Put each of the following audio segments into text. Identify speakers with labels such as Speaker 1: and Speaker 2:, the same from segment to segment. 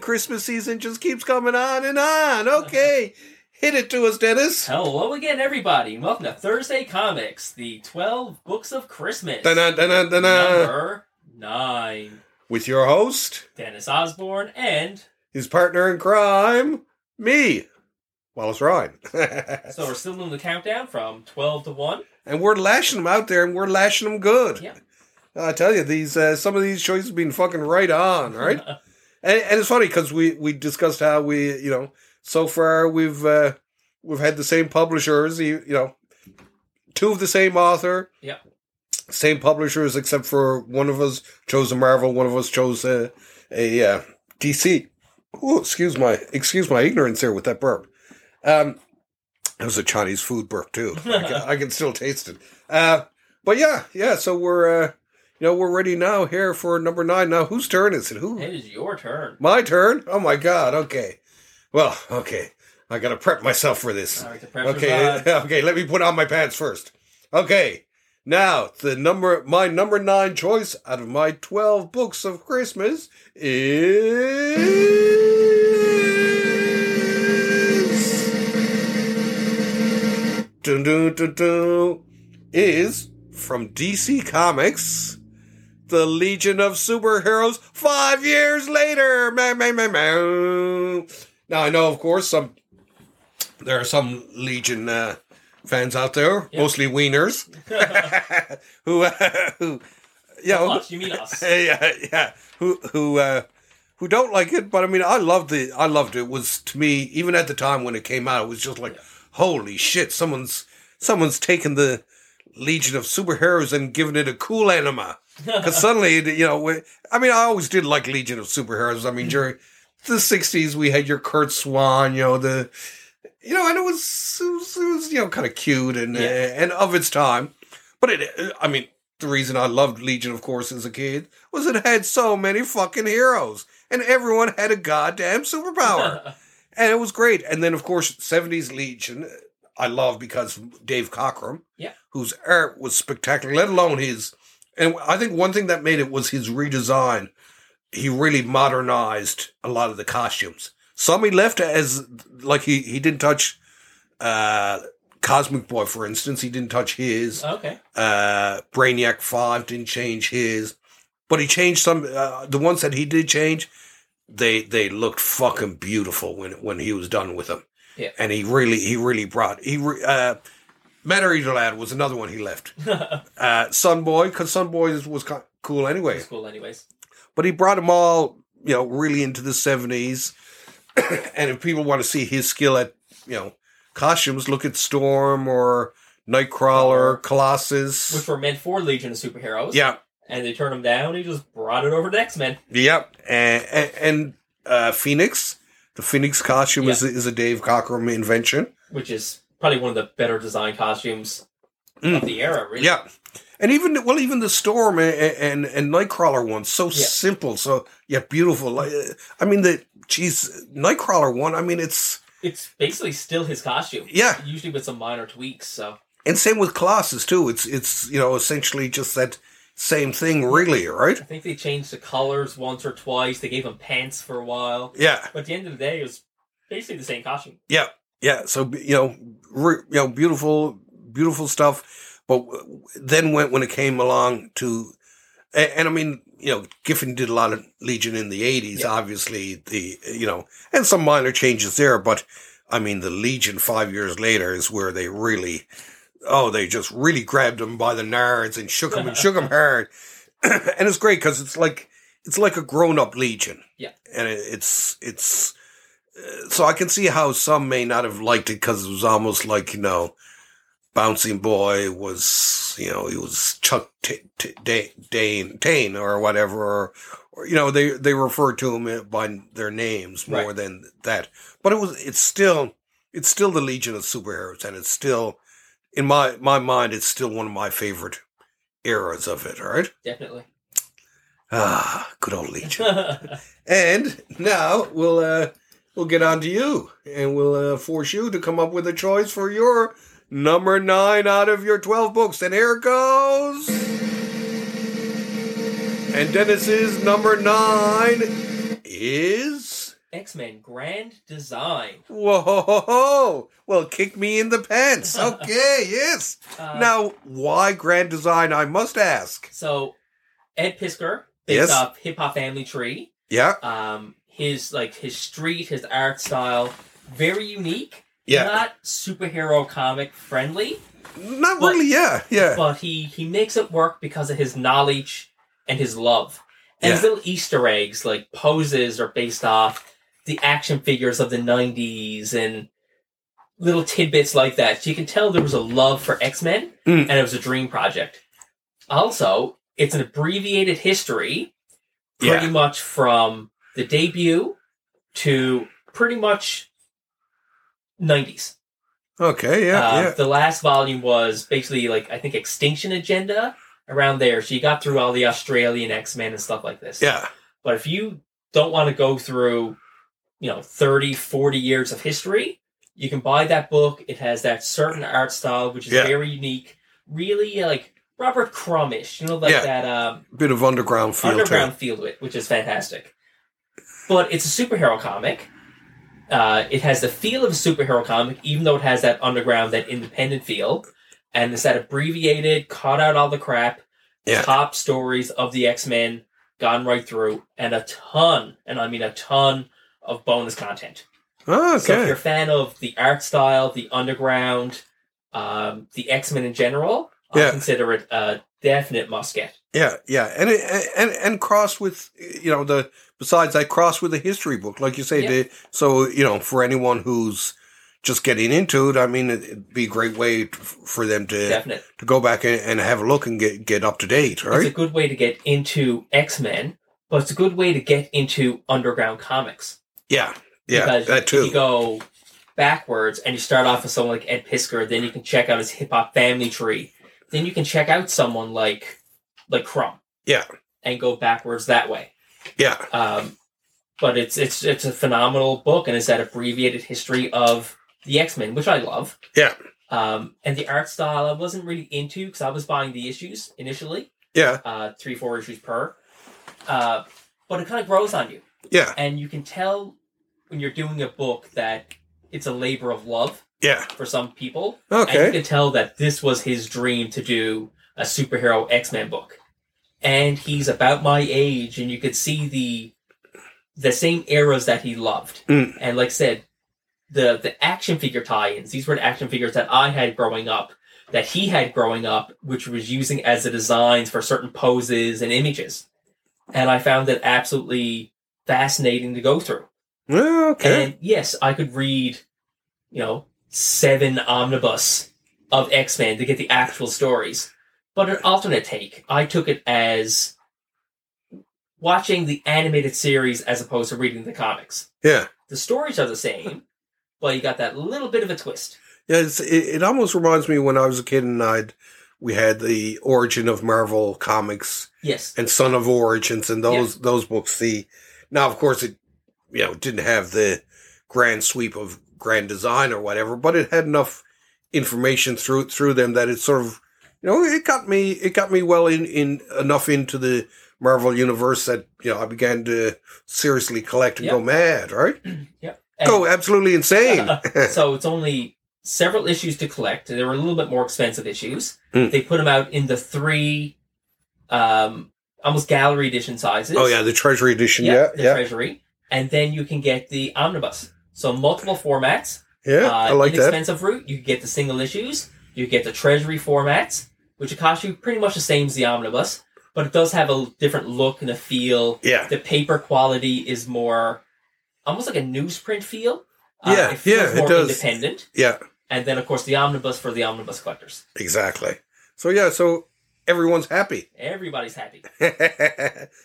Speaker 1: Christmas season just keeps coming on and on. Okay. Hit it to us, Dennis.
Speaker 2: Hello again, everybody. and Welcome to Thursday Comics, the 12 Books of Christmas.
Speaker 1: Dun-dun, dun-dun, dun-dun.
Speaker 2: Number 9.
Speaker 1: With your host,
Speaker 2: Dennis Osborne and.
Speaker 1: his partner in crime, me, Wallace Ryan.
Speaker 2: So we're still doing the countdown from 12 to 1.
Speaker 1: and we're lashing them out there and we're lashing them good.
Speaker 2: Yeah.
Speaker 1: I tell you, these uh, some of these choices have been fucking right on, right? and, and it's funny because we we discussed how we you know so far we've uh, we've had the same publishers you, you know two of the same author
Speaker 2: Yeah.
Speaker 1: same publishers except for one of us chose a marvel one of us chose a, a uh, dc oh excuse my excuse my ignorance here with that burp um it was a chinese food burp too i can, I can still taste it uh but yeah yeah so we're uh you know we're ready now here for number nine now whose turn is it who
Speaker 2: It is your turn.
Speaker 1: my turn? Oh my god, okay. Well, okay. I gotta prep myself for this.
Speaker 2: All right, the pressure's
Speaker 1: Okay,
Speaker 2: on.
Speaker 1: okay, let me put on my pants first. Okay. Now, the number my number nine choice out of my twelve books of Christmas is dun, dun, dun, dun, is from DC Comics the Legion of Superheroes five years later. Meow, meow, meow, meow. Now I know, of course, some there are some Legion uh, fans out there,
Speaker 2: Yeah.
Speaker 1: mostly wieners, who uh, who you know,
Speaker 2: Us, you mean us.
Speaker 1: yeah, yeah, who who uh, who don't like it. But I mean, I loved it. I loved it. It Was to me even at the time when it came out, it was just like, holy shit, someone's someone's taken the Legion of Superheroes and given it a cool anima. Because suddenly, you know, we- I mean, I always did like Legion of Superheroes. I mean, during the '60s, we had your Kurt Swan, you know the. You know, and it was, it was, it was you know, kind of cute and uh,
Speaker 2: Yeah.
Speaker 1: and of its time. But it, I mean, the reason I loved Legion, of course, as a kid was it had so many fucking heroes, and everyone had a goddamn superpower, and it was great. And then, of course, '70s Legion, I love because Dave Cockrum,
Speaker 2: Yeah.
Speaker 1: whose art was spectacular. Let alone his, and I think one thing that made it was his redesign. He really modernized a lot of the costumes. Some he left as like he he didn't touch. Uh, Cosmic Boy, for instance, he didn't touch his
Speaker 2: okay.
Speaker 1: uh, Brainiac Five didn't change his, but he changed some. Uh, the ones that he did change, they they looked fucking beautiful when when he was done with them.
Speaker 2: Yeah.
Speaker 1: and he really he really brought he re, uh, Matter Eater Lad was another one he left. uh, Sun Boy, because Sun Boy was, was kind cool anyway
Speaker 2: It's cool, anyways.
Speaker 1: but he brought them all, you know, really into the seventies. and if people want to see his skill at, you know, costumes, look at Storm or Nightcrawler,
Speaker 2: Oh. Which
Speaker 1: Colossus.
Speaker 2: were meant for Legion of Superheroes.
Speaker 1: Yeah,
Speaker 2: And they turned them down. He just brought it over to X Men.
Speaker 1: yeah, and and, and uh, Phoenix. The Phoenix costume is is a Dave Cockrum invention.
Speaker 2: which is probably one of the better design costumes
Speaker 1: Mm.
Speaker 2: of the era. Really.
Speaker 1: Yeah, and even well, even the Storm and and, and Nightcrawler one so
Speaker 2: Yeah.
Speaker 1: simple, so yeah, beautiful. Like, uh, I mean, the geez, Nightcrawler one. I mean, it's
Speaker 2: it's basically still his costume.
Speaker 1: yeah,
Speaker 2: usually with some minor tweaks. So
Speaker 1: And same with Colossus too. It's it's you know essentially just that same thing, really, right?
Speaker 2: I think they changed the colors once or twice. They gave him pants for a while,
Speaker 1: Yeah,
Speaker 2: but at the end of the day, it was basically the same costume.
Speaker 1: yeah, yeah. So you know, re, you know, beautiful, beautiful stuff. But w- then when when it came along to, and, and I mean, you know, Giffen did a lot of Legion in the eighties,
Speaker 2: Yeah.
Speaker 1: obviously the you know, and some minor changes there, but I mean, the Legion five years later is where they really. Oh, they just really grabbed him by the nards and shook him and shook him hard. and it's great because it's like it's like a grown up legion.
Speaker 2: Yeah.
Speaker 1: and it, it's it's uh, so I can see how some may not have liked it because it was almost like you know, bouncing boy was you know he was Chuck T- T- Da- Dane Tane or whatever or, or you know they they refer to him uh, by their names more
Speaker 2: Right.
Speaker 1: than that. But it was it's still it's still the legion of superheroes and it's still in my my mind it's still one of my favorite eras of it. All right.
Speaker 2: Definitely.
Speaker 1: Ah, good old Legion.
Speaker 2: yeah,
Speaker 1: and now we'll uh, we'll get on to you, and we'll uh, force you to come up with a choice for your number nine out of your twelve books. And here it goes. And Dennis's number nine is
Speaker 2: X Men Grand Design.
Speaker 1: Whoa! ho, ho, ho. Well, kick me in the pants. Okay, yes.
Speaker 2: Uh,
Speaker 1: Now, why Grand Design? I must ask.
Speaker 2: So, Ed Pisker, based
Speaker 1: Yes.
Speaker 2: off Hip Hop Family Tree,
Speaker 1: Yeah,
Speaker 2: um, his like his street, his art style, very unique.
Speaker 1: yeah.
Speaker 2: Not superhero comic friendly,
Speaker 1: Not
Speaker 2: but-
Speaker 1: really. Yeah, yeah.
Speaker 2: but he he makes it work because of his knowledge and his love. And his
Speaker 1: Yeah.
Speaker 2: little Easter eggs, like poses, are based off the action figures of the '90s and little tidbits like that. So you can tell there was a love for X Men,
Speaker 1: Mm.
Speaker 2: and it was a dream project. Also, it's an abbreviated history, pretty
Speaker 1: Yeah.
Speaker 2: much from the debut to pretty much '90s.
Speaker 1: Okay, yeah,
Speaker 2: Uh,
Speaker 1: yeah.
Speaker 2: The last volume was basically like I think Extinction Agenda around there. So you got through all the Australian X Men and stuff like this.
Speaker 1: Yeah,
Speaker 2: But if you don't want to go through, you know, 30, 40 years of history, you can buy that book. It has that certain art style which is
Speaker 1: Yeah.
Speaker 2: very unique. Really like Robert Crumish, you know, like
Speaker 1: Yeah.
Speaker 2: that um,
Speaker 1: bit of underground feel
Speaker 2: underground feel to it, which is fantastic. But it's a superhero comic. Uh, it has the feel of a superhero comic, even though it has that underground, that independent feel, and it's that abbreviated, cut out all the crap,
Speaker 1: Yeah.
Speaker 2: top stories of the X Men gone right through, and a ton, and I mean a ton of bonus content.
Speaker 1: too. Oh,
Speaker 2: So if
Speaker 1: okay.
Speaker 2: you're a fan of the art style, the underground, um, the X Men in general, I
Speaker 1: Yeah.
Speaker 2: consider it a definite must get.
Speaker 1: yeah, yeah, and it, and and cross with you know the besides I cross with a history book like you say.
Speaker 2: Yeah.
Speaker 1: The, so you know for anyone who's just getting into it, I mean it, would be a great way to, for them to
Speaker 2: Definite.
Speaker 1: to go back and, and have a look and get get up to date. Right?
Speaker 2: It's a good way to get into X Men, but it's a good way to get into underground comics.
Speaker 1: yeah, yeah,
Speaker 2: because
Speaker 1: that
Speaker 2: if
Speaker 1: too.
Speaker 2: you go backwards and you start off with someone like Ed Pisker, then you can check out his hip hop family tree. Then you can check out someone like like Crumb.
Speaker 1: Yeah.
Speaker 2: And go backwards that way.
Speaker 1: yeah,
Speaker 2: Um, but it's it's it's a phenomenal book, and it's that abbreviated history of the X Men, which I love.
Speaker 1: Yeah.
Speaker 2: Um, and the art style I wasn't really into because I was buying the issues initially,
Speaker 1: yeah,
Speaker 2: uh, three four issues per. Uh, but it kind of grows on you,
Speaker 1: yeah,
Speaker 2: and you can tell when you're doing a book that it's a labor of love
Speaker 1: yeah.
Speaker 2: for some people, and you
Speaker 1: Okay.
Speaker 2: can tell that this was his dream to do a superhero X Men book. And he's about my age, and you could see the the same eras that he loved.
Speaker 1: Mm.
Speaker 2: And like I said, the the action figure tie-ins. These were the action figures that I had growing up, that he had growing up, which was using as the designs for certain poses and images. And I found it absolutely fascinating to go through.
Speaker 1: Yeah, okay.
Speaker 2: And yes, I could read, you know, seven omnibus of X Men to get the actual stories. But an alternate take, I took it as watching the animated series as opposed to reading the comics.
Speaker 1: yeah.
Speaker 2: The stories are the same, but you got that little bit of a twist.
Speaker 1: Yeah, it's, it, it almost reminds me when I was a kid and I'd we had the origin of Marvel comics
Speaker 2: Yes.
Speaker 1: and Son of Origins and those those books. The now, of course, it you know didn't have the grand sweep of grand design or whatever, but it had enough information through through them that it sort of you know it got me it got me well in in enough into the Marvel universe that you know I began to seriously collect and go mad. Right?
Speaker 2: And- uh,
Speaker 1: Go absolutely insane.
Speaker 2: so it's only several issues to collect. They were a little bit more expensive issues.
Speaker 1: Mm.
Speaker 2: They put them out in the three um, almost gallery edition sizes.
Speaker 1: oh yeah, the Treasury edition.
Speaker 2: yeah,
Speaker 1: Yeah,
Speaker 2: the
Speaker 1: yeah.
Speaker 2: treasury, and then you can get the omnibus. So multiple formats.
Speaker 1: Yeah,
Speaker 2: uh,
Speaker 1: I like that.
Speaker 2: inexpensive route. You can get the single issues. You get the treasury formats, which will cost you pretty much the same as the omnibus, but it does have a different look and a feel.
Speaker 1: Yeah,
Speaker 2: The paper quality is more, almost like a newsprint feel. Uh,
Speaker 1: Yeah,
Speaker 2: it feels
Speaker 1: yeah, it
Speaker 2: more
Speaker 1: does.
Speaker 2: Independent,
Speaker 1: yeah,
Speaker 2: and then of course the omnibus for the omnibus collectors.
Speaker 1: exactly. So yeah, so everyone's happy.
Speaker 2: Everybody's happy,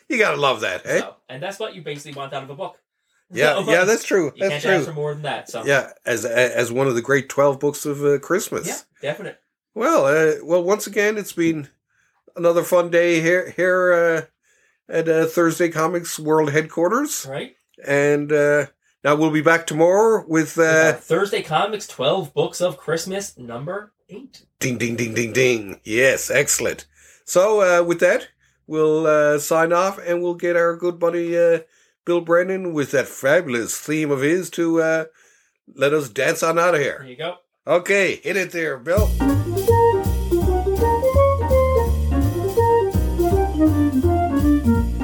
Speaker 1: you gotta love that, eh?
Speaker 2: so, and that's what you basically want out of a book.
Speaker 1: yeah,
Speaker 2: So,
Speaker 1: yeah, that's true.
Speaker 2: you
Speaker 1: That's
Speaker 2: can't ask
Speaker 1: true.
Speaker 2: for more than that. So
Speaker 1: Yeah, as as one of the great twelve books of uh, Christmas.
Speaker 2: yeah definitely.
Speaker 1: Well, uh, well, once again, it's been another fun day here here uh, at uh, Thursday Comics World Headquarters,
Speaker 2: Right?
Speaker 1: and uh, now we'll be back tomorrow with uh,
Speaker 2: Thursday Comics 12 Books of Christmas, number 8.
Speaker 1: Ding, ding, ding, ding, ding. Yes, excellent. So, uh, with that, we'll uh, sign off and we'll get our good buddy uh, Bill Brennan with that fabulous theme of his to uh, let us dance on out of
Speaker 2: There
Speaker 1: here.
Speaker 2: you go.
Speaker 1: Okay, hit it there, Bill.
Speaker 3: Thank you.